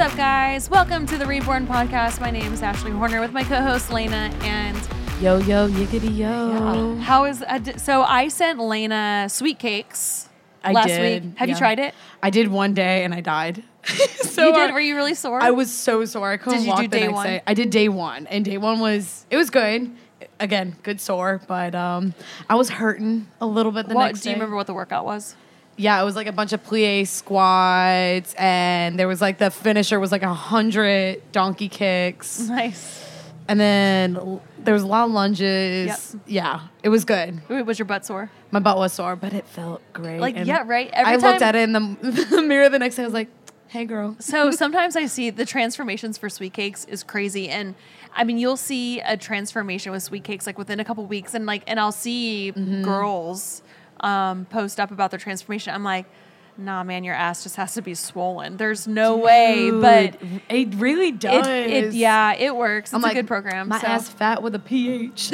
up, guys? Welcome to the Reborn Podcast. My name is Ashley Horner with my co-host Lena, and uh, Yo, yo, yiggity, yo. how is I di- so? I sent Lena sweet cakes I last did, week. Have you yeah. tried it? I did one day and I died. so you did. I, Were you really sore? I was so sore. I couldn't Did you walk do the day next one? day. I did day one, and day one was it was good. Again, good sore, but um, I was hurting a little bit the What- next do you day. remember what the workout was? Yeah, it was like a bunch of plie squats, and there was like the finisher was like a hundred donkey Mm-hmm. kicks, Nice. and then l- there was a lot of lunges. Yep. Yeah, it was good. Was your butt sore? My butt was sore, but it felt great. Like, and yeah, right? Every I looked time- at it in the, the mirror the next day. I was like, "Hey, girl." So sometimes I see the transformations for sweet cakes is crazy, and I mean you'll see a transformation with sweet cakes like within a couple weeks, and like and I'll see Mm-hmm. girls um, post up about their transformation. I'm like, nah, man, your ass just has to be swollen. There's no way, but Dude, it really it, does. it yeah, it works. It's I'm a like, good program. My so. ass fat with a pH.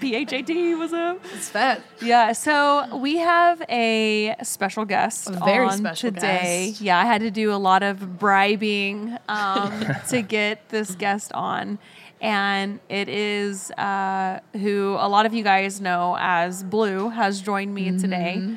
PHAT was up. it's fat. Yeah, so we have a special guest A very on special today. guest. Yeah, I had to do a lot of bribing um, to get this guest on, and it is uh, who a lot of you guys know as Blue has joined me today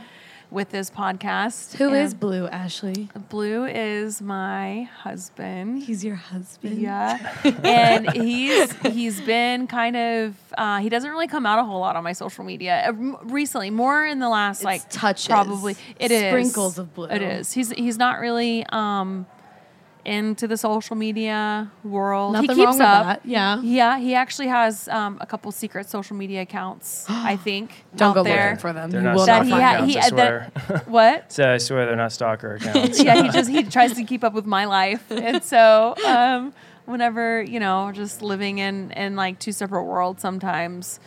with this podcast. Mm-hmm. Who is And Blue Ashley? Blue? Is my husband. He's your husband. Yeah, and he's he's been kind of uh, he doesn't really come out a whole lot on my social media Uh, m- recently, more in the last like touches. probably it is Sprinkles of blue. It is. He's he's not really um into the social media world. Nothing he keeps wrong with up. that. Yeah. Yeah, he actually has um, a couple secret social media accounts. I think Don't out go there. looking for them. They're You not will That stalker he, find ha- them. accounts, he uh, I that- swear. what? so I swear they're not stalker accounts. yeah, he just he tries to keep up with my life, and so um, whenever you know, just living in in like two separate worlds sometimes.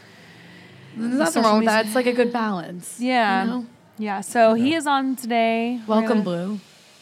There's nothing social wrong with media- that. It's like a good balance. Yeah, You know? yeah. So he is on today. We're Welcome, gonna Blue.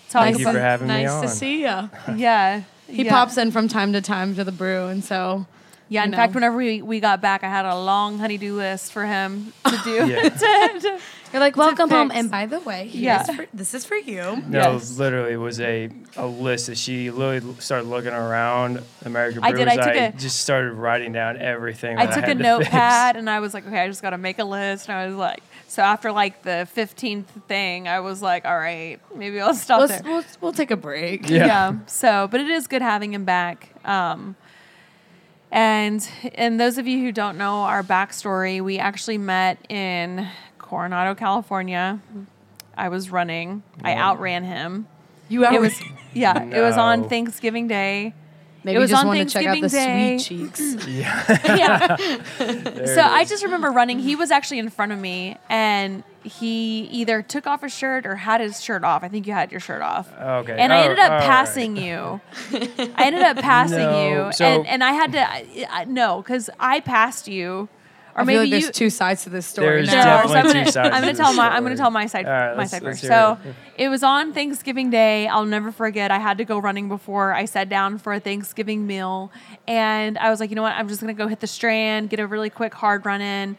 Talk Thank you for about- having me nice on. to see you. Yeah, He yeah. pops in from time to time to the brew, and so Yeah, in you fact, know. whenever we, we got back, I had a long honeydew list for him to do. Yeah. to- to- you're like, "Welcome home." fix. And by the way, Yeah. yeah, this is for you. No, Yes. literally was a, a list that she literally started looking around American I Brewers. did, I took a- just started writing down everything. I that took had a to fix. notepad and I was like, okay, I just got to make a list. And I was like, so after like the fifteenth thing, I was like, all right, maybe I'll stop Let's, there. we'll, we'll take a break. yeah. Yeah. So, but it is good having him back. Um, and and those of you who don't know our backstory, we actually met in Coronado, California. I was running. I outran him. You It was yeah. It was on No. Thanksgiving Day. Maybe It was you just on want to check out the Thanksgiving sweet cheeks. yeah. There So it I is. just remember running. He was actually in front of me, and he either took off his shirt or had his shirt off. I think you had your shirt off. Okay. and I Oh, ended up all right. passing you. I ended up passing No, you, so- and, and I had to I, I, no because I passed you, or I feel maybe like there's you. two sides to this story. There's there now. are, so definitely I'm gonna, two sides I'm gonna to tell this my I'm gonna story. tell my side All right, my let's- side let's first. hear So it. it was on Thanksgiving Day. I'll never forget. I had to go running before I sat down for a Thanksgiving meal, and I was like, you know what? I'm just gonna go hit the Strand, get a really quick hard run in.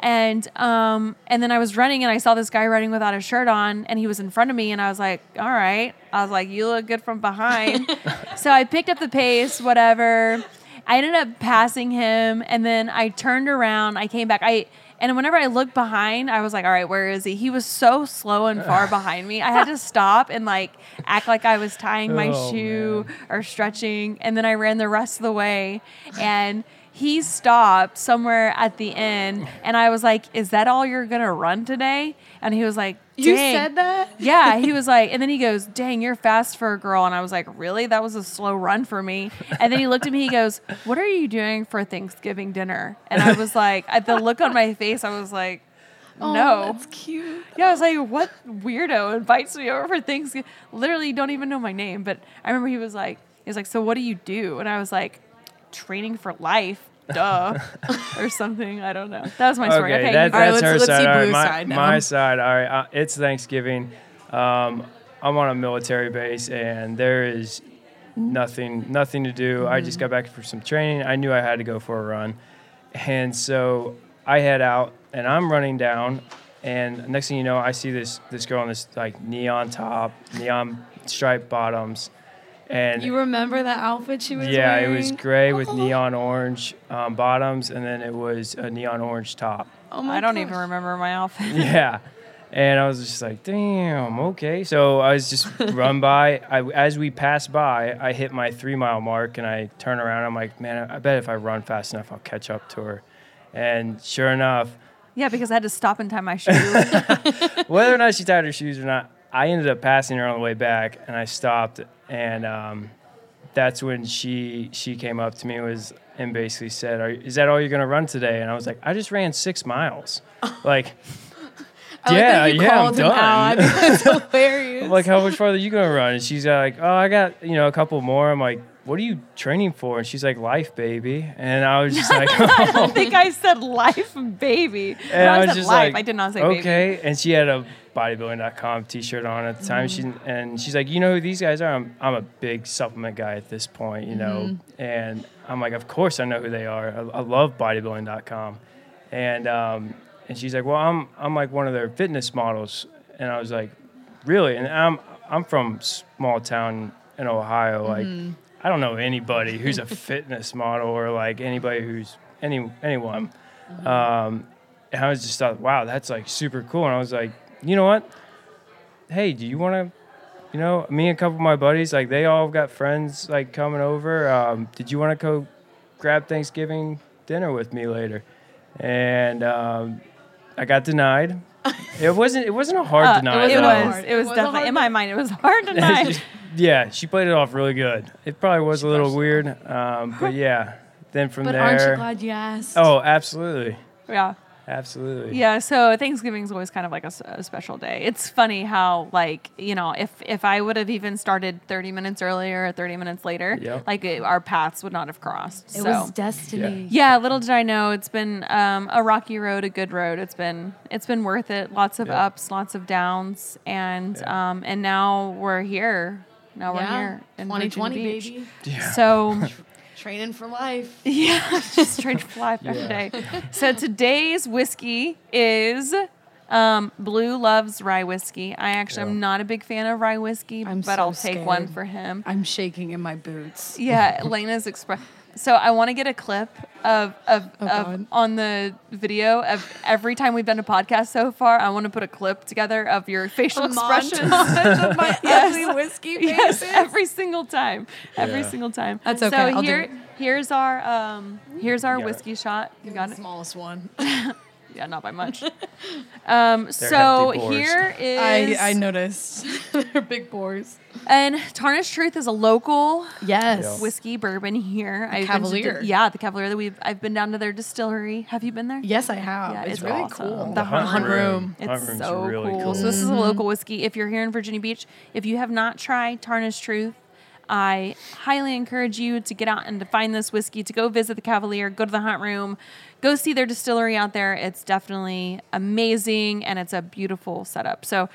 And um and then I was running and I saw this guy running without a shirt on and he was in front of me and I was like, all right. I was like, you look good from behind. so I picked up the pace, whatever. I ended up passing him, and then I turned around. I came back. I and whenever I looked behind, I was like, "All right, where is he?" He was so slow and far behind me. I had to stop and like act like I was tying my Oh, shoe or stretching, and then I ran the rest of the way, and. He stopped somewhere at the end, and I was like, "Is that all you're gonna run today?" And he was like, You "Dang." said that? Yeah, he was like, and then he goes, "Dang, you're fast for a girl." And I was like, "Really? That was a slow run for me." And then he looked at me. He goes, "What are you doing for Thanksgiving dinner?" And I was like, at the look on my face, I was like, Oh, "No." that's cute. yeah, I was like, "What weirdo invites me over for Thanksgiving?" Literally, you don't even know my name. But I remember he was like, he was like, "So what do you do?" And I was like, "Training for life." Duh, or something. I don't know. That was my story. Okay, Okay, you that, go. right, that's let's- her let's side. see All right, Blue's my, side now. my side. All right, uh, it's Thanksgiving. Um, I'm on a military base, and there is nothing, nothing to do. I Mm-hmm. just got back for some training. I knew I had to go for a run, and so I head out, and I'm running down, and next thing you know, I see this this girl in this like neon top, neon striped bottoms, And You remember that outfit she was yeah, wearing? it was gray with Oh, neon orange um, bottoms, and then it was a neon orange top. Oh my I don't gosh. even remember my outfit. yeah. And I was just like, damn, okay. So I was just run by. I, as we passed by, I hit my three mile mark and I turn around. I'm like, man, I bet if I run fast enough, I'll catch up to her. And sure enough, yeah, because I had to stop and tie my shoes. whether or not she tied her shoes or not, I ended up passing her on the way back, and I stopped, and um, that's when she she came up to me and was and basically said, Are, "Is that all you're gonna run today?" And I was like, "I just ran six miles, like." I like yeah, that you yeah, I'm called him out. done. That's hilarious. I'm like, how much farther you gonna run? And she's like, oh, I got you know a couple more. I'm like, what are you training for? And she's like, life, baby. And I was just like, I don't think I said life, baby. No, and I, was said just life. like, I did not say okay. baby. And she had a bodybuilding.com t-shirt on at the time. She and she's like, you know who these guys are? I'm I'm a big supplement guy at this point, you know. Mm-hmm. And I'm like, of course I know who they are. I, I love bodybuilding.com. And um, and she's like, well, I'm I'm like one of their fitness models. And I was like, really? And I'm I'm from small town in Ohio. Like, Mm-hmm. I don't know anybody who's a fitness model or like anybody who's any anyone. Um, and I was just thought, wow, that's like super cool. And I was like, you know what? Hey, do you want to? You know, me and a couple of my buddies, like they all got friends like coming over. Um, did you want to go grab Thanksgiving dinner with me later? And um, I got denied. It wasn't. It wasn't a hard Uh, denial. it, though. was, Hard. it was Was it definitely hard? in my mind. It was hard to deny. yeah, she played it off really good. It probably was a little weird, um, but yeah. Then from but there, aren't you glad you asked? oh, absolutely, yeah. absolutely. Yeah, so Thanksgiving's always kind of like a, s- a special day. It's funny how like you know if if I would have even started thirty minutes earlier or thirty minutes later, Yeah. like it, our paths would not have crossed. It so was destiny. yeah, little did I know it's been um, a rocky road, a good road. It's been it's been worth it. Lots of Yeah. ups, lots of downs, and Yeah. um, and now we're here. Now we're Yeah. here in 2020, Virginia Beach. baby. So Training for life. yeah, just trying to fly every Yeah. day. So today's whiskey is um, Blue loves rye whiskey. I actually am Yeah. not a big fan of rye whiskey, I'm but so I'll take one scared. for him. I'm shaking in my boots. Yeah, Elena's express. So I want to get a clip of of, Oh, of God. on the video of every time we've done a podcast so far. I want to put a clip together of your facial A expressions. montage of my Yes. ugly whiskey faces. Yes, every single time. Every Yeah. single time. That's So okay, I'll do here, it. here's our um, here's our got it. whiskey shot. You got it. Smallest one. Yeah, not by much. um, They're so hefty pours. here is I, I noticed. They're big boars. and Tarnished Truth is a local Yes. whiskey bourbon here. I've been to Cavalier. the- yeah, the Cavalier that we've I've been down to their distillery. Have you been there? Yes, I have. Yeah, it's, it's really awesome. cool. The Hunt Hunt Room. room. It's Hunt Room's so really cool. cool. So this is a local whiskey. If you're here in Virginia Beach, if you have not tried Tarnished Truth, I highly encourage you to get out and to find this whiskey, to go visit the Cavalier, go to the hunt room, go see their distillery out there. It's definitely amazing and it's a beautiful setup. So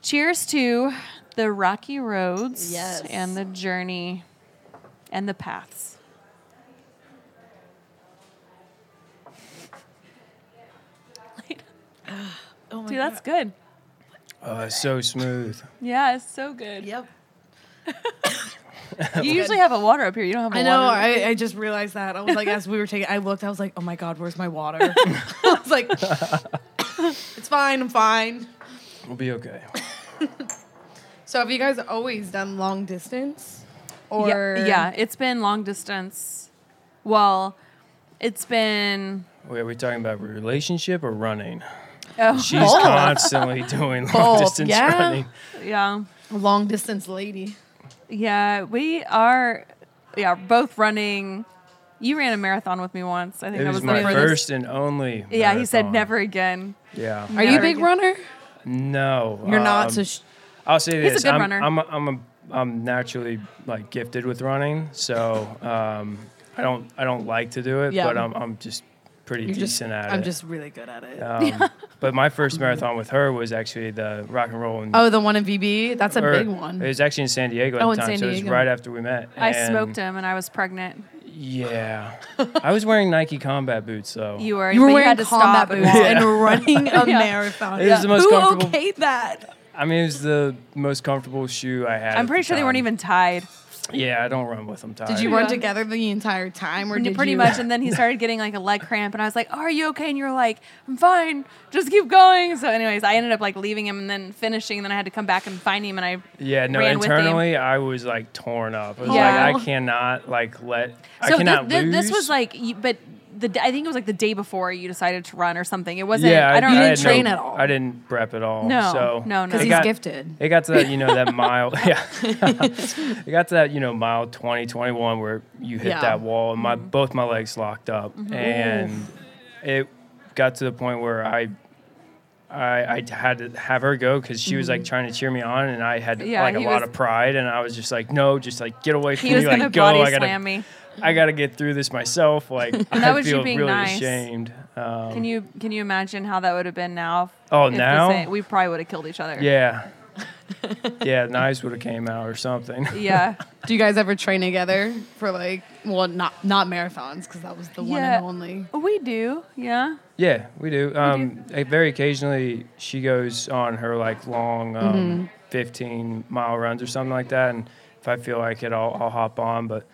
cheers to the rocky roads Yes. and the journey and the paths. Oh my Dude, that's good. Oh, it's so smooth. Yeah, it's so good. God. Yep. You usually have a water up here. You don't have a I know. water. I, I just realized that. I was like, as we were taking, I looked. I was like, oh my god, where's my water? I was like, it's fine. I'm fine. We'll be okay. So have you guys always done long distance? Yeah, Or yeah, it's been long distance. Well, it's been Wait, are we talking about relationship or running? oh She's Both. constantly doing long Both, distance yeah. running. yeah, long distance lady. yeah. We are yeah both running. You ran a marathon with me once. I think It that was, was, the my furthest- first and only. Yeah, he said marathon. never again. Yeah. Are you a Never big again. runner? No, You're um, not. So sh- I'll say He's a this. good I'm, runner. I'm, a, I'm, a, I'm naturally like gifted with running, so um, I don't I don't like to do it, Yeah. but I'm, I'm just pretty you're just. decent at I'm it. just really good at it. Um, but my first marathon with her was actually the rock and roll. In, Oh, the one in VB. That's a or- big one. It was actually in San Diego at Oh, the in time, San so it was Diego. right after we met. I and- smoked him and I was pregnant. Yeah, I was wearing Nike combat boots though. You were you were but wearing had to combat stop and boots walk. and running a Yeah. marathon. It was the most Who comfortable- okayed that? I mean, it was the most comfortable shoe I had. I'm at pretty the sure they weren't time. even tied. Yeah, I don't run with them. Tired. Did you run Yeah. together the entire time, or did pretty you- much. And then he started getting like a leg cramp, and I was like, "Are you okay?" And you're like, "I'm fine. Just keep going." So, anyways, I ended up like leaving him and then finishing. And then I had to come back and find him, and I Yeah, no. ran with him. Internally, I was like torn up. I was Yeah. like, I cannot like let. I So thi- cannot thi- lose. this was like, you- but the d- I think it was like the day before you decided to run or something. It wasn't. Yeah, I don't. You know. didn't had train no- at all. I didn't prep at all. No, so no, no. it Because he's got- gifted. It got to that, you know, that mile. Yeah. it got to that, you know, mile 20, 21 where you hit Yeah. that wall and my Mm-hmm. both my legs locked up. And it got to the point where I I, I had to have her go because she was like trying to cheer me on, and I had Mm-hmm. Yeah, like a he lot was- of pride, and I was just like, "No, just like get away from he me, was like gonna go." body I gotta, slam me. I gotta get through this myself. Like I that was you feel being really nice. ashamed. Um, Can you can you imagine how that would have been now? if- Oh, if the now? same- we probably would have killed each other. yeah, yeah, knives would have came out or something. Yeah. Do you guys ever train together for like, well, not not marathons because that was the one Yeah. and only. we do. Yeah. Yeah, we do. Um, eh, Very occasionally, she goes on her like long um, Mm-hmm. 15 mile runs or something like that. And if I feel like it, I'll, I'll hop on. But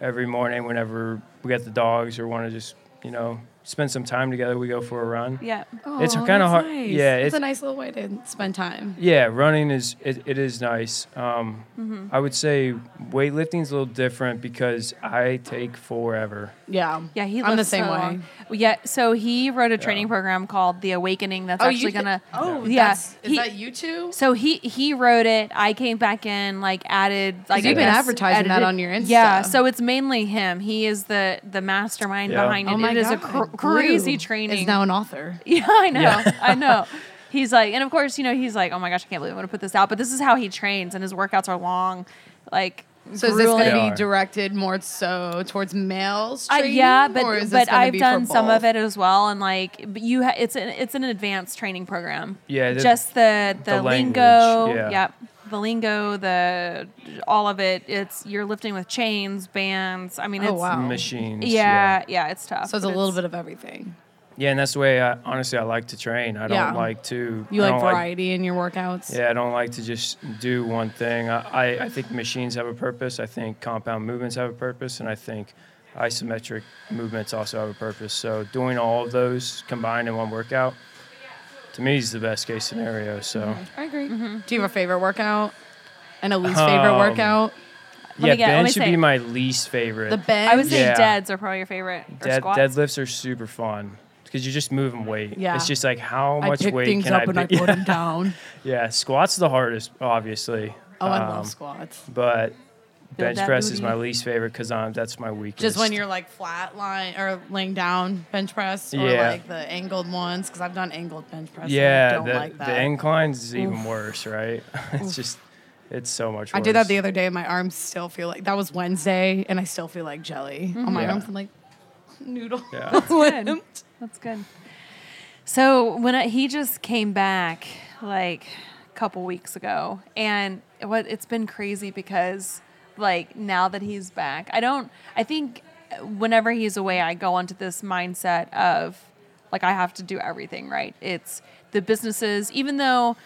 every morning, whenever we get the dogs or want to just, you know, spend some time together, we go for a run. Yeah. It's Aw, kinda that's hard- Nice. yeah, it's, it's- a nice little way to spend time. Yeah, running is it, it is nice. Um, Mm-hmm. I would say weightlifting's a little different because I take forever. Yeah, Yeah, he. I'm the lives same so way. long. Yeah, so he wrote a training program called The Awakening. That's actually th- gonna. Oh, Yeah, that's- is he- that you two? So he he wrote it. I came back in, like added, like I you've been guess advertising that edited- on your Insta. Yeah, so it's mainly him. He is the the mastermind Yeah. behind it. Oh my it is a God, cr- crazy Blue training. Is now an author. yeah, I know, Yeah. I know. He's like, and of course, you know, he's like, oh my gosh, I can't believe I'm gonna put this out. But this is how he trains, and his workouts are long, like. So is this grueling. going They to are. be directed more so towards males? Uh, Training, yeah, but or is this but gonna I've be for done some of both? it as well, and like, but you, ha- it's an it's an advanced training program. Yeah, the- just the the, the language, lingo. yeah. Yep, the lingo, the all of it. It's you're lifting with chains, bands. I mean, Oh, it's, wow. Machines. Yeah, yeah, it's tough. So it's a but little bit of everything. Yeah, and that's the way I honestly I like to train. I don't Yeah. like to You I like don't variety in your workouts. Yeah, I don't like to just do one thing. I, I, I think machines have a purpose. I think compound movements have a purpose, and I think isometric movements also have a purpose. So doing all of those combined in one workout, to me, is the best case scenario. So I agree. Mm-hmm. Do you have a favorite workout and a least favorite Um, workout? Mm-hmm. me yeah, get- let me bench should say- be my least favorite. The bench. I would say Yeah. deads are probably your favorite. Or Dead, squats. deadlifts are super fun because you're just moving weight. Yeah. it's just like how I much pick weight things can up I and I pick- put them down. yeah, squats the hardest, obviously. Oh, I love Um, squats. but bench that press is booty. my least favorite because that's my weakest. Just when you're like flat lying or laying down bench press, or Yeah. like the angled ones, because I've done angled bench press. yeah, and I don't the, like that. the inclines is even worse, right? it's just it's so much. Worse. I did that the other day, and my arms still feel like that was Wednesday, and I still feel like jelly on my Mm-hmm. Yeah. arms. I'm like noodle. Yeah. good. That's good. So when I, he just came back like a couple weeks ago, and what it's been crazy because like now that he's back, I don't. I think whenever he's away, I go onto this mindset of like I have to do everything right. It's the businesses, even though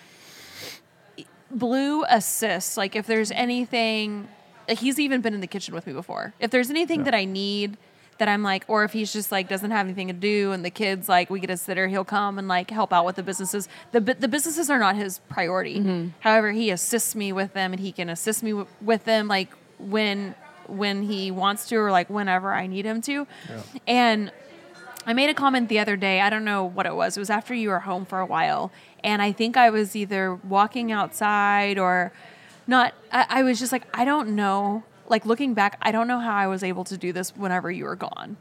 Blue assists. Like if there's anything, like he's even been in the kitchen with me before. If there's anything that I need that I'm like, or if he's just like doesn't have anything to do, and the kids like we get a sitter, he'll come and like help out with the businesses. The bu- the businesses are not his priority. However, he assists me with them, and he can assist me w- with them like when when he wants to or like whenever I need him to. And I made a comment the other day. I don't know what it was. It was after you were home for a while. And I think I was either walking outside or not. I, I was just like, I don't know. Like looking back, I don't know how I was able to do this whenever you were gone.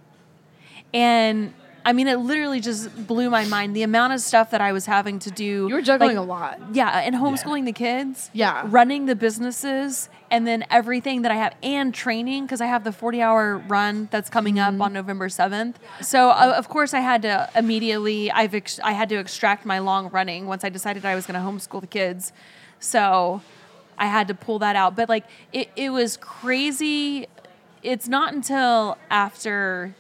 And I mean, it literally just blew my mind the amount of stuff that I was having to do. You were juggling Like, a lot. yeah, uh, and homeschooling the kids. Yeah. Running the businesses and then everything that I have and training because I have the 40 hour run that's coming up on November 7th. So, uh, of course, I had to immediately, I've ex- I had to extract my long running once I decided I was going to homeschool the kids. So, I had to pull that out. But, like, it, it was crazy. It's not until after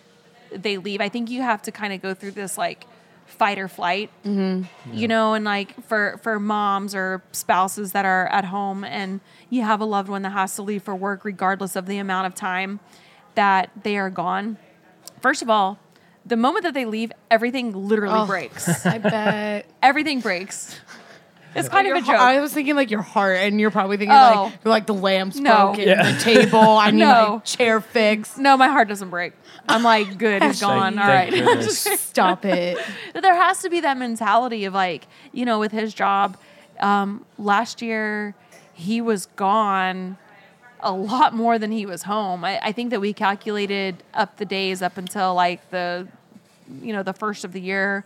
they leave. I think you have to kind of go through this like fight or flight Mm-hmm. you know and like for for moms or spouses that are at home and you have a loved one that has to leave for work regardless of the amount of time that they are gone first of all the moment that they leave everything literally Oh. breaks I bet. everything breaks it's kind of Your a hea- joke I was thinking like your heart, and you're probably thinking Oh. like like the lamp's No. broken, the table. I need No. my chair fixed. no my heart doesn't break i'm like good it's gone Thank- all thank right goodness. Stop it. But there has to be that mentality of like, you know, with his job, um, last year he was gone a lot more than he was home. I, I think that we calculated up the days up until like the, you know, the first of the year.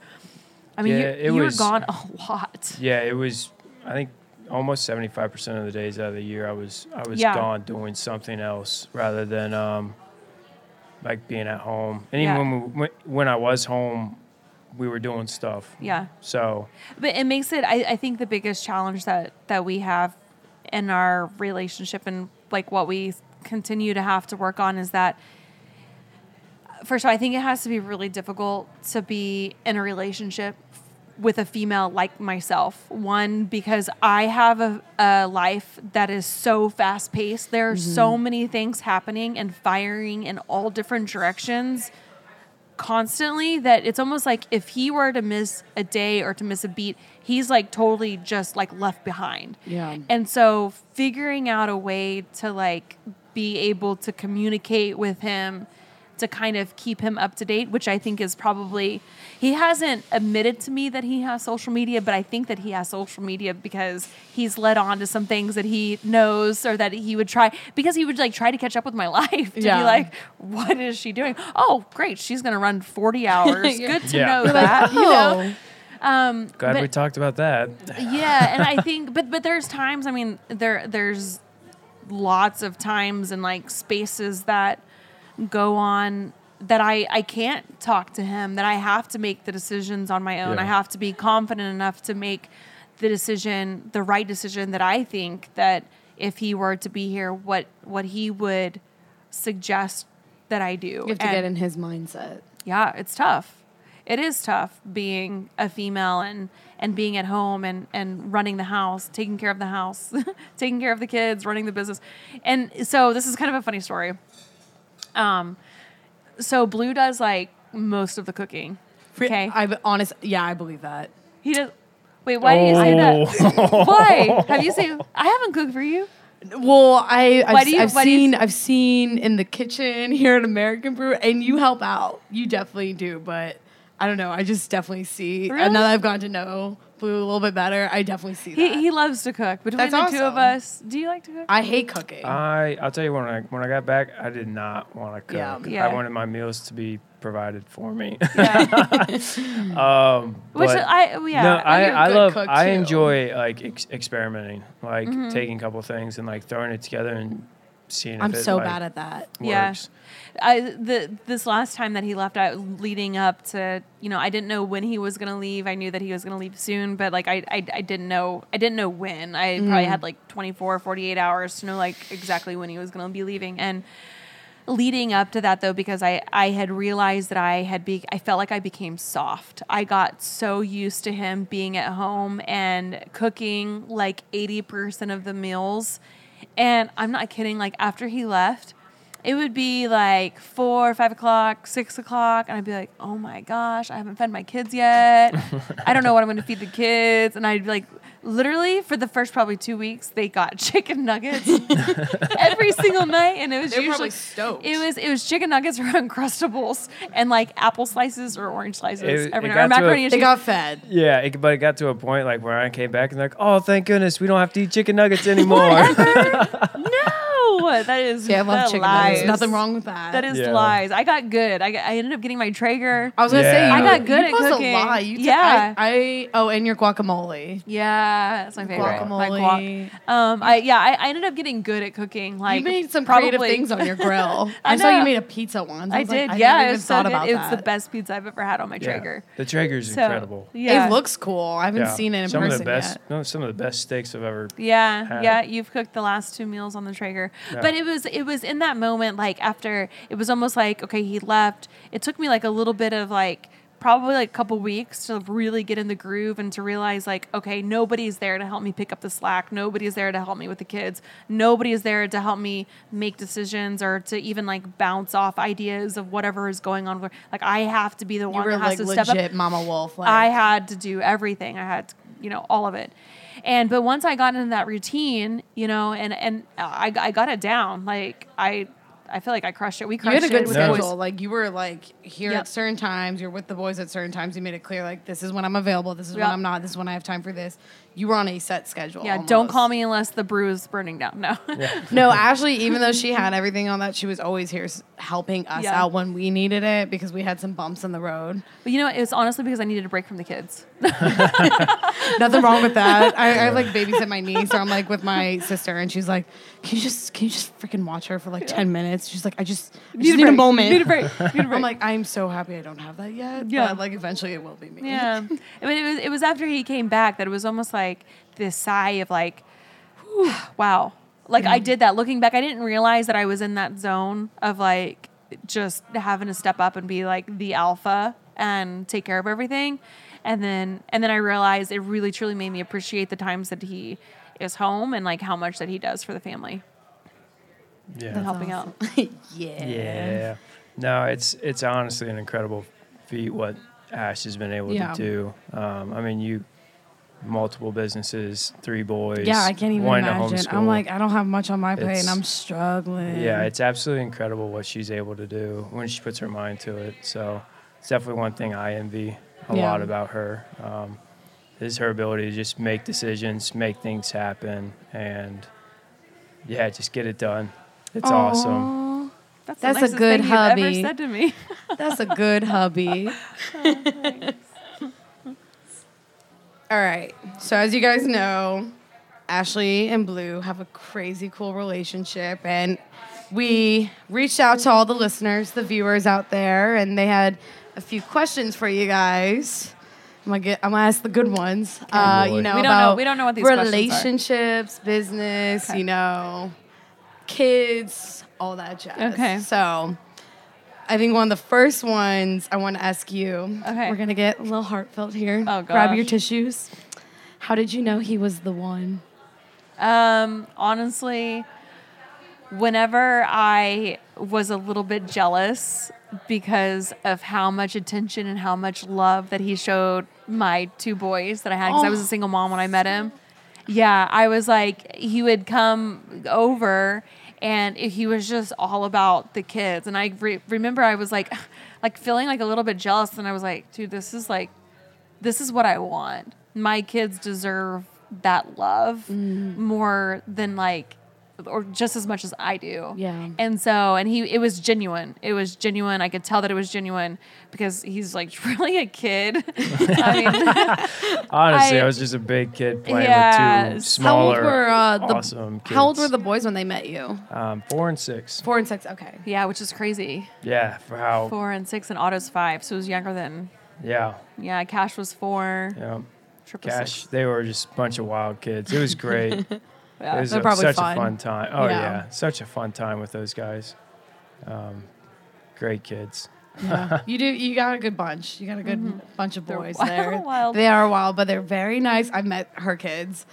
I mean, Yeah, it you, you was- were gone a lot. Yeah, it was. I think almost seventy five percent of the days out of the year, I was I was Yeah. gone doing something else rather than um, like being at home. And even Yeah. when we, when- when I was home, we were doing stuff. Yeah. So But it makes it. I, I think the biggest challenge that that we have in our relationship and like what we continue to have to work on is that. First of all, I think it has to be really difficult to be in a relationship with a female like myself. One, because I have a, a life that is so fast paced. There are so many things happening and firing in all different directions constantly that it's almost like if he were to miss a day or to miss a beat, he's like totally just like left behind. Yeah. And so figuring out a way to like be able to communicate with him to kind of keep him up to date, which I think is probably he hasn't admitted to me that he has social media, but I think that he has social media because he's led on to some things that he knows or that he would try because he would like try to catch up with my life to be Yeah. like, what is she doing? Oh, great, she's gonna run forty hours. Good to Yeah. know You're that. you know? Oh. glad we But- talked about that. yeah and i think but but there's times i mean there there's lots of times and like spaces that go on that i i can't talk to him that i have to make the decisions on my own Yeah. i have to be confident enough to make the decision the right decision that i think that if he were to be here what what he would suggest that i do You have to And- get in his mindset. yeah, it's tough. It is tough being a female and and being at home and and running the house, taking care of the house, taking care of the kids, running the business. And so this is kind of a funny story. Um so Blue does like most of the cooking. Okay. I honest. Yeah, I believe that. He does Wait, why do you say Oh. that? Why? Have you seen I haven't cooked for you. Well, I I've, Why do you- I've why do you- seen I've seen in the kitchen here at American Brew, and you help out. You definitely do, but I don't know. I just definitely see. Really? And now that I've gotten to know Blue a little bit better, I definitely see that. He he loves to cook. Between That's the two of awesome. us, do you like to cook? I hate cooking. I I'll tell you when I when I got back, I did not want to cook. Yeah. Yeah. I wanted my meals to be provided for me. yeah. um, Which but- I yeah. no, and I, you're a I good love. cook, I too. Mm-hmm. enjoy like ex- experimenting, like taking a couple things and like throwing it together and seeing. If I'm it, so like, bad at that. Yeah. works. I the this last time that he left out leading up to you know I didn't know when he was gonna leave I knew that he was gonna leave soon but like I I, I didn't know I didn't know when I probably had like 24 48 hours to know like exactly when he was gonna be leaving and leading up to that though because I I had realized that I had be I felt like I became soft I got so used to him being at home and cooking like 80% of the meals and I'm not kidding like after he left it would be like four, five o'clock, six o'clock, and I'd be like, "Oh my gosh, I haven't fed my kids yet. I don't know what I'm going to feed the kids." And I'd be like, literally for the first probably two weeks, they got chicken nuggets every single night, and it was They're usually probably stoked. It was it was chicken nuggets or uncrustables and like apple slices or orange slices It- every it night. Or got to a- macaroni and They cheese. got fed. Yeah, it, but it got to a point like where I came back and like, oh, thank goodness we don't have to eat chicken nuggets anymore. no, that is Yeah, I love the chicken lies. nuggets. Nothing wrong with that. That is Yeah. lies. I got good. I, got, I ended up getting my Traeger. I was gonna say Yeah. you, I got good you at caused cooking. A lot. You t- Yeah. I, I oh, and your guacamole. Yeah, that's my favorite. My Guacamole. guac. Um, I yeah, I, I ended up getting good at cooking. Like you made some creative probably- things on your grill. I I, saw know. you made a pizza once. I was did. Like, I yeah, never it even was so thought good. about It that. was the best pizza I've ever had on my Traeger. The Traeger's So incredible. Yeah, It looks cool. I haven't Yeah. seen it in some person of the best, yet. No, some of the best steaks I've ever. Yeah, had. yeah, you've cooked the last two meals on the Traeger. Yeah. But it was it was in that moment like after it was almost like okay, he left. It took me like a little bit of like probably like a couple weeks to really get in the groove and to realize like okay nobody's there to help me pick up the slack nobody's there to help me with the kids nobody is there to help me make decisions or to even like bounce off ideas of whatever is going on like i have to be the You one were that has like to step up legit Mama Wolf. Like, I had to do everything. I had, you know, all of it. And but once I got into that routine, you know, and and I, I got it down. Like I, I feel like I crushed it. We you crushed had a it good with No. the schedule. boys. Like you were like here Yep. at certain times. You're with the boys at certain times. You made it clear like this is when I'm available. This is Yep. when I'm not. This is when I have time for this. You were on a set schedule. Yeah, don't almost. call me unless the brew is burning down. No, No, Ashley, even though she had everything on that, she was always here s- helping us Yeah. out when we needed it because we had some bumps in the road. but you know, it's honestly because I needed a break from the kids. Nothing wrong with that. I, I like babysit my niece, or I'm like with my sister, and she's like, "Can you just can you just freaking watch her for like ten minutes?" She's like, "I just, I just need a break. moment." Need a break. Need a break. I'm like, I'm so happy I don't have that yet. Yeah. but, like eventually it will be me. Yeah. I mean, it was, it was after he came back that it was almost like this sigh of like, whew, wow. Like Mm-hmm. I did that. Looking back, I didn't realize that I was in that zone of like just having to step up and be like the alpha and take care of everything. And then and then I realized it really truly made me appreciate the times that he is home and like how much that he does for the family and Yeah. helping out. yeah. Yeah. No, it's it's honestly an incredible feat what Ash has been able Yeah. to do. Um, I mean, you multiple businesses, three boys. Yeah, I can't even one to imagine. homeschool. I'm like, uh, I don't have much on my plate, It's- and I'm struggling. Yeah, it's absolutely incredible what she's able to do when she puts her mind to it. So it's definitely one thing I envy a Yeah. lot about her. Um, is her ability to just make decisions, make things happen, and yeah, just get it done. It's awesome. Aw, That's, That's the a nicest good thing you've ever hubby. said to me. That's a good hubby. All right. So as you guys know, Ashley and Blue have a crazy cool relationship and we reached out to all the listeners, the viewers out there, and they had a few questions for you guys. I'm gonna, get, I'm gonna ask the good ones. Uh, you Lord. know We don't know- about we don't know what these questions are. relationships, business, you know, kids, all that jazz. Okay. So I think one of the first ones I want to ask you. Okay. We're gonna get a little heartfelt here. Oh, Grab your gosh. tissues. How did you know he was the one? Um, honestly, whenever I was a little bit jealous because of how much attention and how much love that he showed my two boys that I had, because I was a single mom when I met him. Yeah, I was like, he would come over and he was just all about the kids. And I re- remember I was like, like feeling like a little bit jealous. And I was like, dude, this is like this is what I want. My kids deserve that love Mm-hmm. more than like or just as much as I do. Yeah. And so and he it was genuine. It was genuine. I could tell that it was genuine because he's like really a kid. I mean Honestly, I, I- was just a big kid playing with two Yes. how smaller, old were uh, the awesome kids. How old were the boys when they met you? um, four and six? Four and six. Okay. yeah, which is crazy. Yeah, for how? Four and six and Otto's five, so he was younger than Yeah, yeah, Cash was four, yeah. triple Gosh, six. they were just a bunch of wild kids. It was great. it Yeah. was They're a- probably such fun. a fun time. Oh Yeah. yeah. such a fun time with those guys. Um, great kids. Yeah. you do. You got a good bunch. You got a good bunch of They're boys wild- there. wild. Mm-hmm. They are wild, but they're very nice. I met her kids,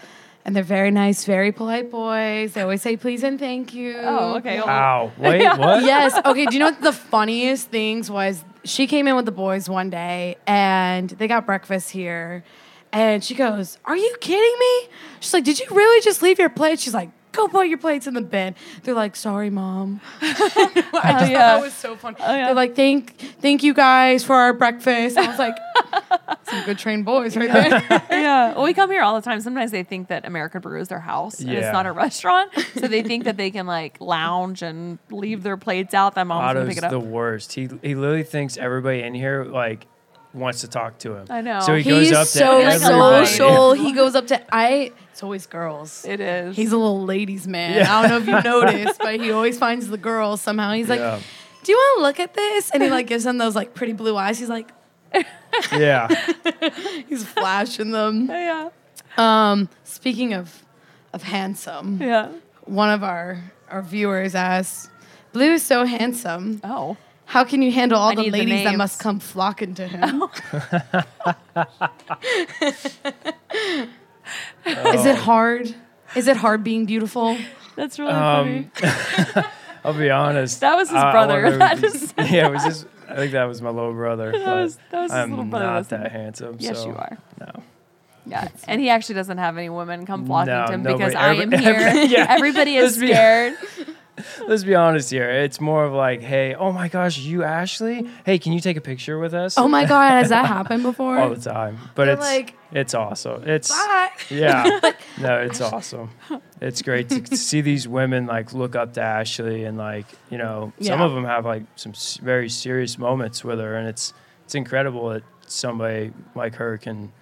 and they're very nice, very polite boys. They always say please and thank you. Oh, okay. Ow! Wait, what? yes. Okay. Do you know what the funniest things was? She came in with the boys one day and they got breakfast here. And she goes, Are you kidding me? She's like, Did you really just leave your plate? She's like, Go put your plates in the bin. They're like, Sorry, mom. I just thought yeah. that was so funny. yeah. They're like, Thank thank you guys for our breakfast. I was like, Some good trained boys right there. yeah. Well, we come here all the time. Sometimes they think that American Brew is their house and it's Yeah. not a restaurant. So they think that they can like lounge and leave their plates out. That mom's going to Otto's pick it up. the worst. He he literally thinks everybody in here like wants to talk to him. I know. So he goes He's up to so everybody. social. He goes up to I. It's always girls. It is. He's a little ladies' man. I don't know if you noticed, but he always finds the girls somehow. He's like, Yeah. "Do you want to look at this?" And he like gives them those like pretty blue eyes. He's like, Yeah. he's flashing them. yeah. Um, speaking of of handsome, Yeah. one of our our viewers asked, "Blue is so handsome. Oh. How can you handle all I the need the ladies that names. must come flocking to him? Is Oh. it hard? Is it hard being beautiful? That's really funny. Um, I'll be honest. That was his I- I brother. wonder if That he's- is- yeah, it was his. I think that was my little brother. That was- that was his I'm little brother, not wasn't that it? handsome. Yes, so, you are. No. Yeah, and he actually doesn't have any women come flocking No, to him nobody- because I am every- here. every- yeah. Everybody is Let's be- scared. Let's be honest here. It's more of like, hey, oh my gosh, you Ashley. Hey, can you take a picture with us? Oh my god, has that happened before? All the time, Oh, but They're it's like, it's awesome. It's Bye. yeah, no, it's awesome. It's great to see these women like look up to Ashley and like you know some Yeah. of them have like some s- very serious moments with her, and it's it's incredible that somebody like her can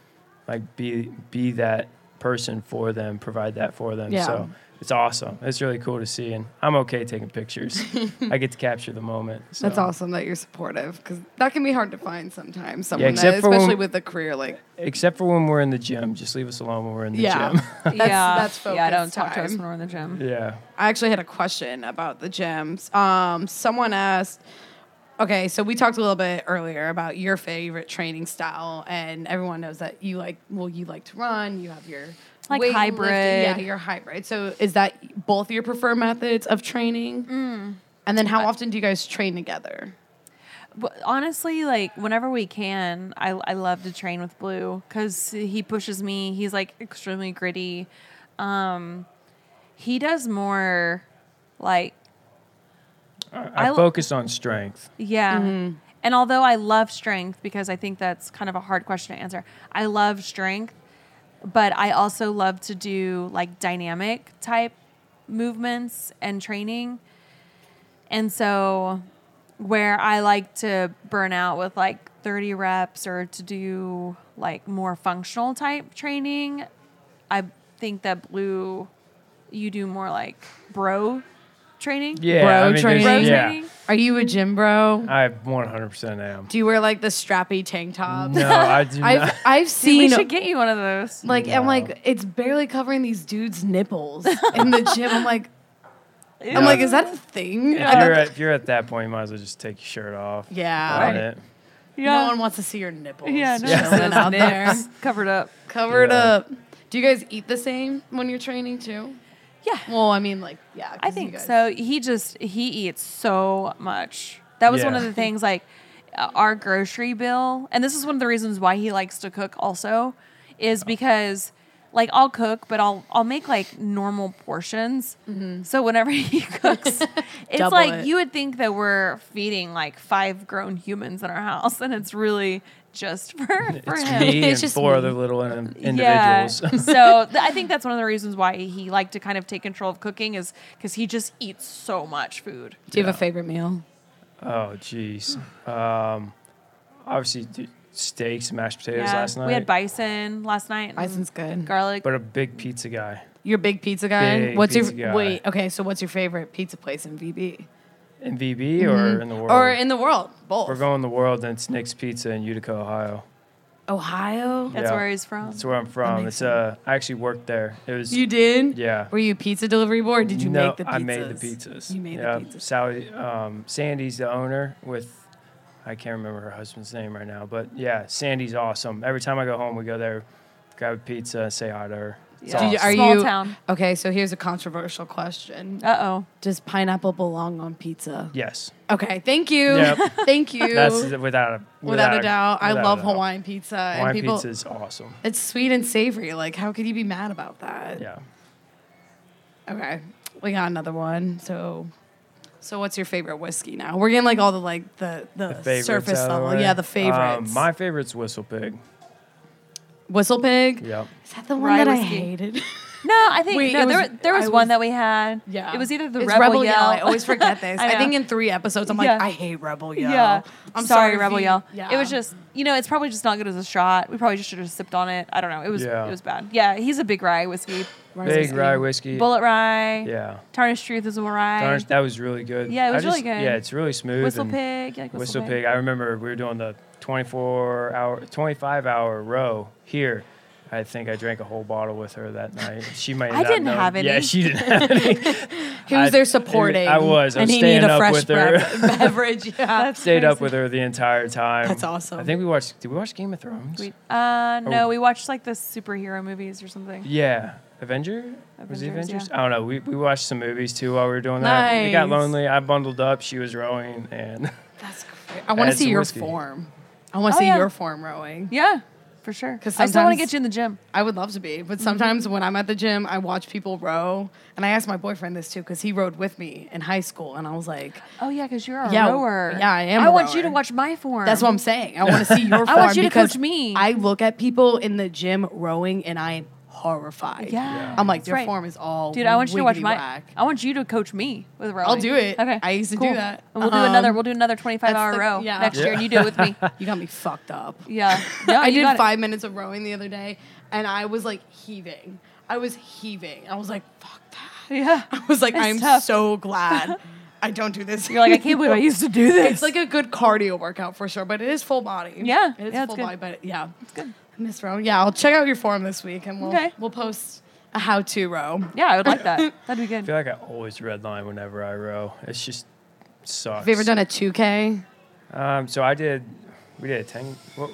like be be that person for them, provide that for them. Yeah. So it's awesome. It's really cool to see, and I'm okay taking pictures. I get to capture the moment. So. That's awesome that you're supportive because that can be hard to find sometimes. Someone except that, for when- especially with a career like Except for when we're in the gym, just leave us alone when we're in the Yeah. gym. that's, yeah, that's focus yeah. Don't talk to us time. when we're in the gym. yeah. I actually had a question about the gyms. Um, someone asked, okay, so we talked a little bit earlier about your favorite training style, and everyone knows that you like, well, you like to run, you have your Like weightlifting- hybrid. Yeah, you're hybrid. So is that both your preferred methods of training? Mm. And then how often do you guys train together? But honestly, like whenever we can, I, I love to train with Blue because he pushes me. He's like extremely gritty. Um, he does more like I, I l- focus on strength. Yeah. And although I love strength, because I think that's kind of a hard question to answer, I love strength, but I also love to do like dynamic type movements and training. And so, where I like to burn out with like 30 reps or to do like more functional type training, I think that Blue, you do more like bro training. Yeah, Bro I mean, there's- training. Bro Bro yeah, training. Are you a gym bro? I 100% am. Do you wear like the strappy tank tops? No, I do I've not. I've Dude, we seen should get you one of those. Like I'm No. like it's barely covering these dudes' nipples in the gym. I'm like Yeah. I'm like is that a thing? If you're, at, if you're at that point, you might as well just take your shirt off. Yeah. Own Right. it. No one wants to see your nipples. yeah, no, just it's chilling those out there, nips covered up. covered Yeah. up. Do you guys eat the same when you're training too? Yeah, Well, I mean, like yeah. 'cause I you think guys- so. He just he eats so much. That was one Yeah. of the things like uh, our grocery bill, and this is one of the reasons why he likes to cook. Also, Oh. is because like I'll cook, but I'll I'll make like normal portions. So whenever he cooks, it's Double like it. you would think that we're feeding like five grown humans in our house, and it's really just for for It's him. me It's and just four me. other little in- Yeah. individuals. so th- I think that's one of the reasons why he liked to kind of take control of cooking is because he just eats so much food. Do you have a favorite meal? Mm-hmm. oh, jeez. Um, obviously, d- steaks, mashed potatoes Yeah. last night. We had bison last night. and Bison's good. garlic. but a big pizza guy. You're a big pizza guy. Big what's pizza your guy. wait? Okay, so what's your favorite pizza place in VB In VB or in the world? or in the world? Both. We're going the world, and it's Nick's Pizza in Utica, Ohio. Ohio. that's yeah. where he's from. That's where I'm from. It's uh, I actually worked there. It was You did. yeah. Were you a pizza delivery boy? Or did you no, make the pizzas? I made the pizzas. You made Yeah, the pizzas. Sally, um, Sandy's the owner with, I can't remember her husband's name right now, but yeah, Sandy's awesome. Every time I go home, we go there, grab a pizza, and say hi to her. It's Yeah. Do awesome. you- are Small you town. okay? So here's a controversial question: Uh oh. Does pineapple belong on pizza? yes, Okay, thank you, Yep. thank you. that's without a without, without, a doubt, I without a love doubt. Hawaiian pizza, and Hawaiian people, pizza is awesome. it's sweet and savory. Like, how could you be mad about that? Yeah, Okay, we got another one. So, so what's your favorite whiskey? Now we're getting like all the like the the, favorites surface out of the level. way. yeah, the Um, favorites. my favorite's Whistle Pig. Whistle Pig. Yeah, Is that the one Rye that I whiskey. hated? No, I think Wait, no, it was- there, there was, I one was- that we had. Yeah, It was either the It's Rebel, Yell. I always forget this. I I, think know. in three episodes, I'm like, Yeah. I hate Rebel Yell. yeah. I'm sorry, sorry, Rebel V. Yell. Yeah. It was just, you know, it's probably just not good as a shot. We probably just should have sipped on it. I don't know. It was Yeah. it was bad. Yeah, he's a big rye whiskey. Rye big whiskey. rye whiskey. Bullet rye. Yeah, Tarnished Truth is a rye. Darn, that was really good. Yeah, it I was really just- good. Yeah, it's really smooth. Whistle and- Pig. You like Whistle Pig. I remember we were doing the 24 hour, 25 hour row here. I think I drank a whole bottle with her that night. She might. I not didn't know. have Yeah, any. she didn't have any. He was I- there supporting. I was. I and was he needed staying a up fresh with her. brev- beverage. Ah, Yeah. Stayed up with her the entire time. That's awesome. I think we watched. Did we watch Game of Thrones? We, uh, no, Oh. we watched like the superhero movies or something. Yeah. Avenger? was it Avengers, Avengers? I don't know. We, we watched some movies too while we were doing that. We got Nice. lonely. I bundled up. She was rowing, and That's great. I want Add to see some your whiskey. form. I want to Oh, see yeah. your form rowing. Yeah, for sure. 'Cause I still want to sometimes- get you in the gym. I would love to be, but Mm-hmm. sometimes when I'm at the gym, I watch people row, and I asked my boyfriend this too because he rowed with me in high school, and I was like, Oh yeah, because you're a Yeah, rower. yeah, I am I a want you to rower. watch my form. "That's what I'm saying. I want to see your form." I want you to because coach me. I look at people in the gym rowing, and I'm horrified. Yeah. I'm like, That's their right. form is all Dude, I want you to watch my. wiggity-whack." I want you to coach me with rowing. do it. Okay, I used to do that. And we'll do Um, another. We'll do another twenty-five that's hour the- row yeah. next year, and you do it with me. You got me fucked up. Yeah. No, I you got did it. five minutes of rowing the other day, and I was like heaving. I was heaving. I was like, "Fuck that." Yeah. I was like, It's I'm tough. so glad I don't do this. You're like, I can't believe I used to do this. It's like a good cardio workout for sure, but it is full body. Yeah, it is yeah, it's full good. body, but yeah, it's good. Miss Row, yeah, I'll check out your form this week, and we'll Okay. we'll post a how to row. yeah, I would like that. That'd be I good. feel like I always redline whenever I row. It's just sucks. Have you ever done a two k? Um, so I did. We did a ten. Well,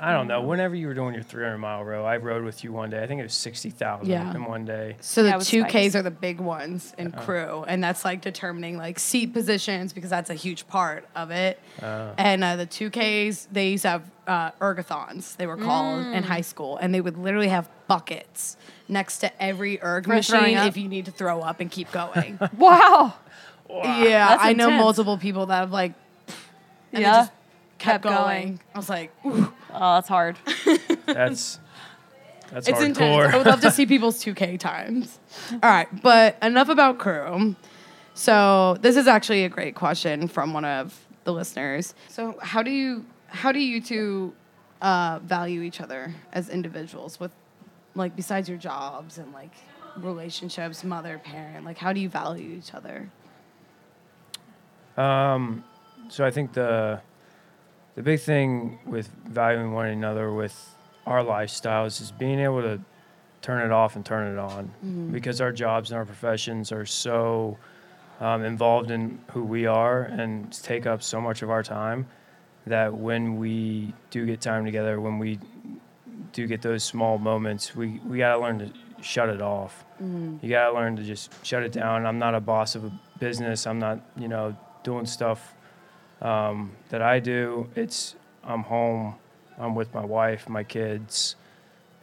I don't know. Whenever you were doing your 300 mile row, I rode with you one day. I think it was 60,000 Yeah. in one day. So Yeah, the with two spikes. Ks are the big ones in crew, and that's like determining like seat positions because that's a huge part of it. And uh, the two Ks they used to have uh, ergathons they were called in Mm. high school, and they would literally have buckets next to every erg For throwing machine up? if you need to throw up and keep going. Wow. yeah, That's I know intense. multiple people that have like and they yeah. just Kept kept, going. going. I was like, Oh, that's hard. That's that's It's hardcore. intense. I would love to see people's 2K times. All right, but enough about crew. So this is actually a great question from one of the listeners. So how do you how do you two uh, value each other as individuals with like besides your jobs and like relationships, mother, parent, like how do you value each other? So I think the the big thing with valuing one another with our lifestyles is being able to turn it off and turn it on because our jobs and our professions are so um, involved in who we are and take up so much of our time that when we do get time together, when we do get those small moments, we, we gotta learn to shut it off. You gotta learn to just shut it down. I'm not a boss of a business. I'm not, you know, doing stuff um, that I do. It's I'm home. I'm with my wife, my kids,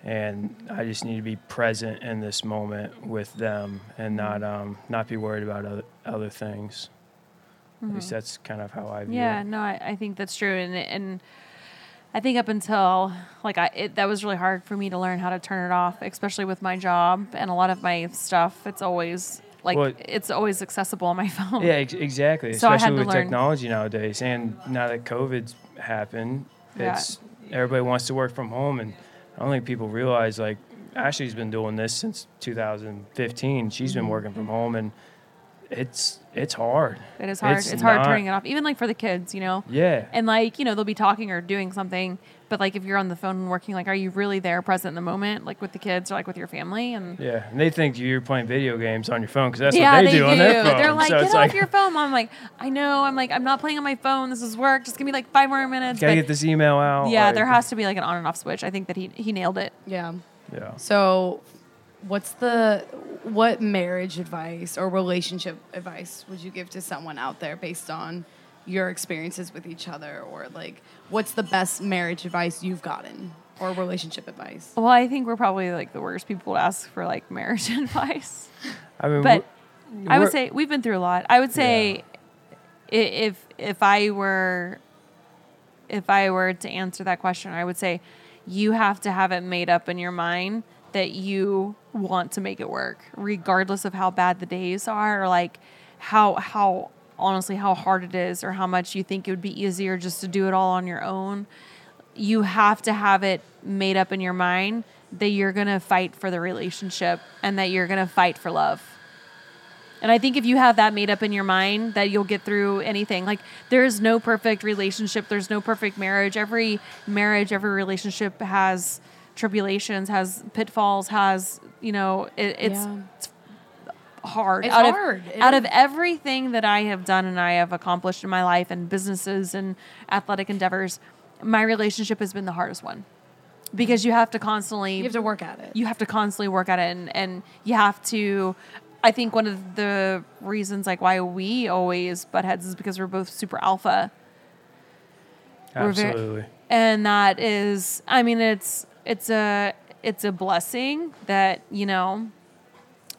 and I just need to be present in this moment with them and not um, not be worried about other other things. At least that's kind of how I view Yeah, it. no, I, I think that's true, and and I think up until like I it, that was really hard for me to learn how to turn it off, especially with my job and a lot of my stuff. It's always like Well- it's always accessible on my phone. Yeah, ex- exactly. So I had Especially to with learn- technology nowadays, and now that COVID's happened, Yeah. it's everybody wants to work from home, and I don't think people realize like Ashley's been doing this since 2015. She's been working from home, and it's it's hard. It is hard. It's, hard turning it off, even like for the kids, you know. Yeah. And like you know, they'll be talking or doing something, but like if you're on the phone and working, like are you really there, present in the moment, like with the kids or like with your family? And yeah, and they think you're playing video games on your phone because that's yeah, what they, do, on their phone. They're like, so get off it's like, your phone. Mom. I'm like, I know. I'm like, I'm not playing on my phone. This is work. Just give me like five more minutes. gotta But get this email out. yeah, like- there has to be like an on and off switch. I think that he he nailed it. Yeah. Yeah. So what's the what marriage advice or relationship advice would you give to someone out there based on your experiences with each other or like what's the best marriage advice you've gotten or relationship advice? Well, I think we're probably like the worst people to ask for like marriage advice. I mean, But I we're- would say we've been through a lot. I would say i if if I were if I were to answer that question, I would say you have to have it made up in your mind that you want to make it work, regardless of how bad the days are or like how how honestly how hard it is or how much you think it would be easier just to do it all on your own. You have to have it made up in your mind that you're going to fight for the relationship and that you're going to fight for love. And I think if you have that made up in your mind, that you'll get through anything. Like there is no perfect relationship, there's no perfect marriage. Every marriage, every relationship has tribulations, has pitfalls, has you know it, it's Yeah. hard. It's out of, hard. It out is. of everything that I have done and I have accomplished in my life and businesses and athletic endeavors, my relationship has been the hardest one because you have to constantly You have to work at it. you have to constantly work at it and, and you have to i think one of the reasons like why we always butt heads is because we're both super alpha We're very- Absolutely. and that is i mean it's it's a it's a blessing that you know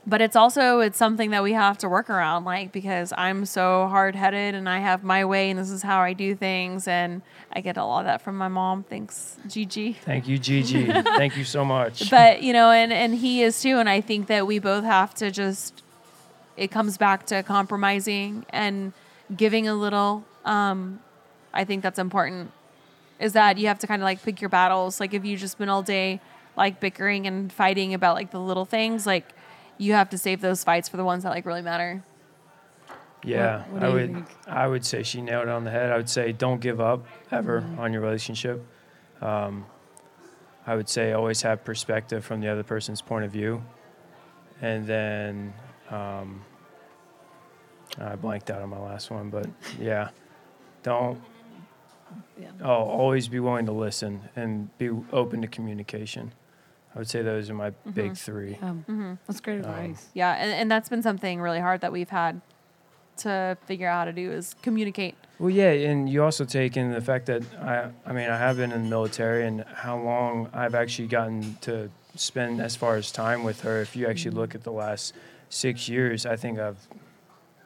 but it's also it's something that we have to work around like because i'm so hard-headed and i have my way and this is how i do things and i get a lot of that from my mom thanks gigi Thank you, Gigi. Thank you so much. but you know and and he is too and i think that we both have to just it comes back to compromising and giving a little um i think that's important is that you have to kind of like pick your battles like if you just been all day like bickering and fighting about like the little things like you have to save those fights for the ones that like really matter Yeah, What- what do I you would. think? I would say she nailed it on the head. I would say don't give up ever Mm-hmm. on your relationship. Um, I would say always have perspective from the other person's point of view, and then um, I blanked out on my last one, but yeah, don't. Yeah. Oh, always be willing to listen and be open to communication. I would say those are my big three. Um, That's great advice. Mm-hmm. yeah and, and that's been something really hard that we've had to figure out how to do is communicate Well, yeah, and you also take in the fact that I, I mean, I have been in the military, and how long I've actually gotten to spend as far as time with her. If you actually Mm-hmm. look at the last six years, I think I've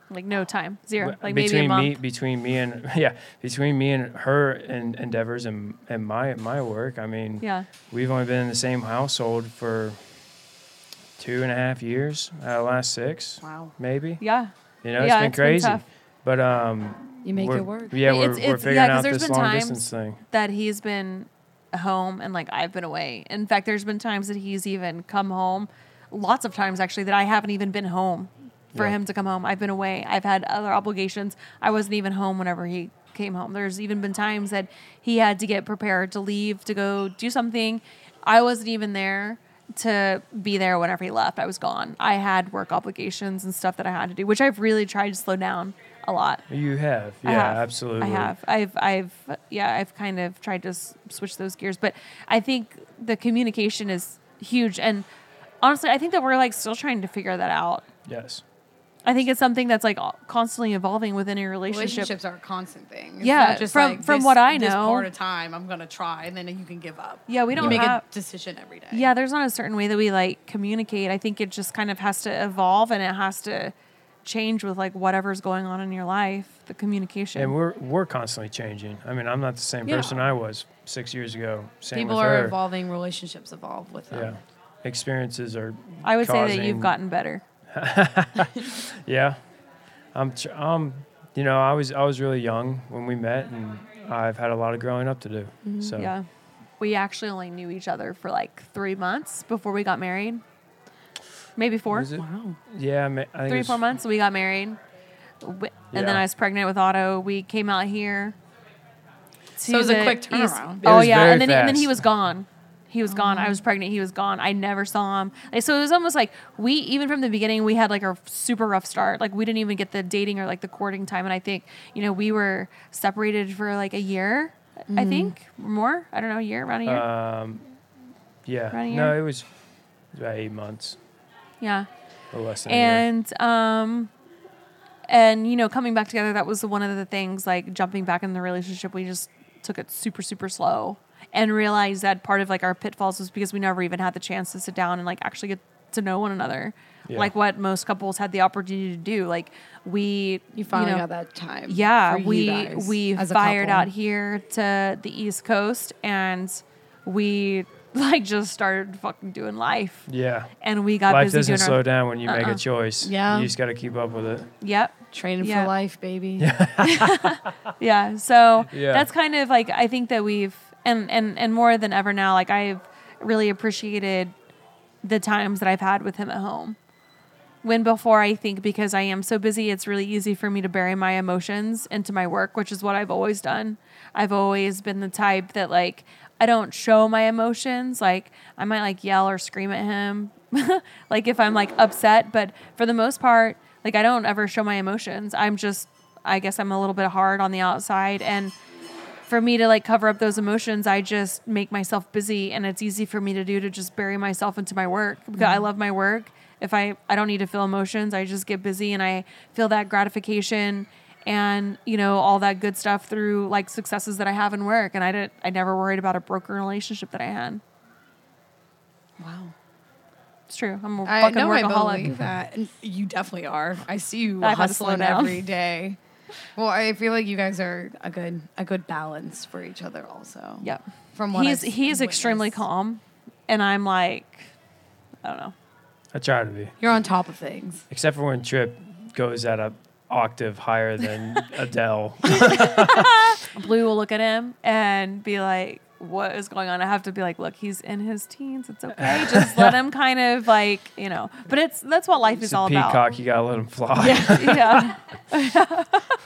like no time zero w- like maybe a between month me, between me and yeah, between me and her and endeavors and and my my work. I mean, yeah we've only been in the same household for two and a half years, uh, last six, Wow. maybe. yeah You Yeah, know, it's been it's been crazy, tough. but um, You make we're- it work. Yeah, It's- we're, it's- we're yeah, figuring 'cause out there's this been long times- distance thing. that he's been home and like I've been away. In fact, there's been times that he's even come home, lots of times actually that I haven't even been home for Yeah. him to come home. I've been away. I've had other obligations. I wasn't even home whenever he came home. There's even been times that he had to get prepared to leave to go do something. I wasn't even there to be there whenever he left. I was gone. I had work obligations and stuff that I had to do, which I've really tried to slow down a lot. You have, yeah, I have. absolutely. I have. I've, I've, yeah, I've kind of tried to s- switch those gears, but I think the communication is huge. And honestly, I think that we're like still trying to figure that out. Yes, I think it's something that's like al- constantly evolving within a relationship. Relationships are a constant thing. It's Yeah, not just from- like, from this- what I this know- part of time I'm gonna try, and then you can give up. Yeah, we You don't make have- a decision every day. Yeah, there's not a certain way that we like communicate. I think it just kind of has to evolve and it has to change with like whatever's going on in your life, the communication. and we're we're constantly changing. I mean, I'm not the same Yeah. person I was six years ago. Same people with are her. evolving. Relationships evolve with them. Yeah, experiences are. I would say that you've causing- gotten better. Yeah, I'm. Tr- um, you know, I was I was really young when we met, and I've had a lot of growing up to do. So Mm-hmm. Yeah. We actually only knew each other for like three months before we got married. Maybe four. Was it? Wow. Yeah, I ma- I think Three, it's- four months. We got married. W- And then Yeah. I was pregnant with Otto. We came out here. So it was a to the quick east- turnaround. It Oh, was yeah. very And then, and then he fast. was gone. He was gone. Oh. I was pregnant. He was gone. I never saw him. Like, so it was almost like we, even from the beginning, we had like a super rough start. Like we didn't even get the dating or like the courting time. And I think, you know, we were separated for like a year, I Mm-hmm. think, more. I don't know, a year, around a year. Um, yeah. Around a No, year? it was about eight months yeah. or less than a year. and um and you know coming back together that was one of the things like jumping back in the relationship we just took it super super slow and realized that part of like our pitfalls was because we never even had the chance to sit down and like actually get to know one another Yeah. like what most couples had the opportunity to do like we You finally know, got that time. yeah for you we guys we as a fired couple. out here to the east coast and we like just started fucking doing life Yeah. and we got Life busy doesn't doing slow our, down when you make Uh-uh. a choice. Yeah. You just got to keep up with it. yep Training Yeah. for life, baby. yeah so Yeah. that's kind of like i think that we've and and and more than ever now like i've really appreciated the times that i've had with him at home when before i think because i am so busy it's really easy for me to bury my emotions into my work which is what i've always done i've always been the type that like I don't show my emotions. Like I might like yell or scream at him, like if I'm like upset. But for the most part, like I don't ever show my emotions. I'm just, I guess I'm a little bit hard on the outside. And for me to like cover up those emotions, I just make myself busy, and it's easy for me to do to just bury myself into my work because Mm-hmm. I love my work. If I I don't need to feel emotions, I just get busy and I feel that gratification and you know all that good stuff through like successes that I have in work. And I didn't I never worried about a broken relationship that I had. Wow. It's true. I'm a I fucking know I workaholic. believe that. And you definitely are. I see you I've had to slow hustling down. every day. Well, I feel like you guys are a good a good balance for each other also. Yep. From what he's I've he's extremely witnessed. calm, and I'm like, I don't know. I try to be, You're on top of things. except for when Trip goes at a octave higher than Adele. Blue will look at him and be like, "What is going on?" I have to be like, "Look, he's in his teens. It's okay. Just let him kind of like you know." But it's that's what life It's is a all peacock. about. You gotta let him fly. yeah.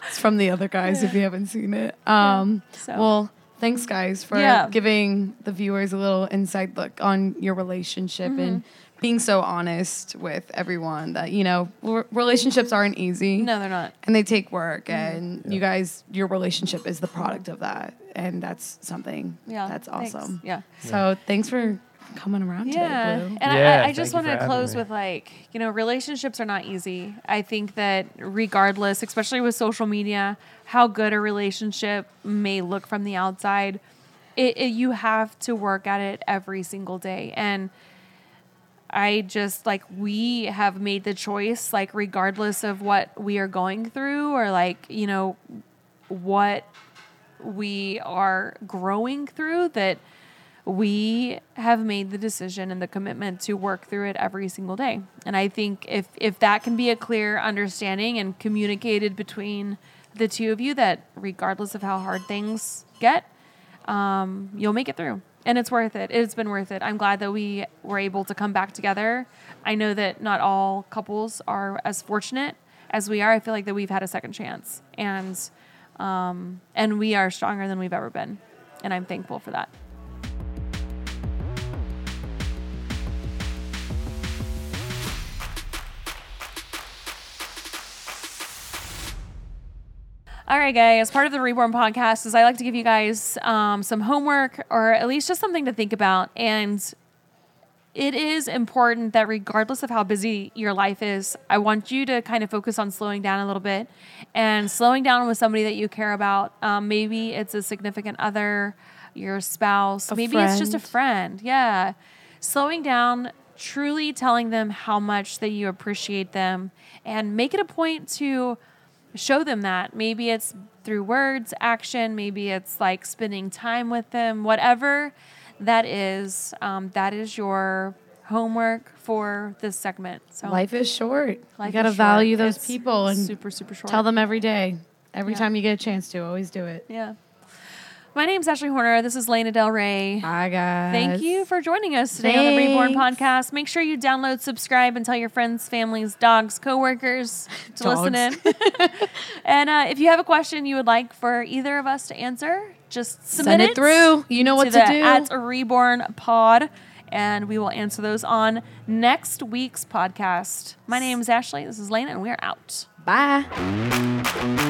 It's from the other guys if you haven't seen it. Um, So. Well, thanks guys for Yeah. giving the viewers a little inside look on your relationship and Mm-hmm. being so honest with everyone that you know r- relationships aren't easy. No, Mm-hmm. they're not. and they take work and you guys your relationship is the product of that and that's something Yeah. that's thanks. awesome Yeah. so thanks for coming around yeah today Blue. and Yeah, I, I just thank want you to for having close me. with like you know relationships are not easy i think that regardless especially with social media how good a relationship may look from the outside it, it you have to work at it every single day and I just like we have made the choice, like regardless of what we are going through or like, you know, what we are growing through, that we have made the decision and the commitment to work through it every single day. And I think if if that can be a clear understanding and communicated between the two of you that regardless of how hard things get, um, you'll make it through. And it's worth it. It's been worth it. I'm glad that we were able to come back together. I know that not all couples are as fortunate as we are. I feel like that we've had a second chance, and um, and we are stronger than we've ever been, and I'm thankful for that. All right, guys. Part of the Reborn podcast is I like to give you guys um, some homework or at least just something to think about. And it is important that, regardless of how busy your life is, I want you to kind of focus on slowing down a little bit and slowing down with somebody that you care about. Um, maybe it's a significant other, your spouse, maybe it's just a friend. friend friend. Yeah. Slowing down, truly telling them how much that you appreciate them and make it a point to show them that. Maybe it's through words, action, maybe it's like spending time with them, whatever that is. Um, that is your homework for this segment. So life is short life you gotta is short. value those It's people and super, super short. tell them every day every Yeah. time you get a chance to always do it Yeah. My name's Ashley Horner. This is Lena Del Rey. bye guys Thank you for joining us today on the Reborn Podcast. Make sure you download, subscribe, and tell your friends, families, dogs, coworkers to Dogs. listen in. and uh, if you have a question you would like for either of us to answer, just submit send it through you know what to to, the do at Reborn Pod, and we will answer those on next week's podcast. My name is Ashley. This is Lena, and we are out. bye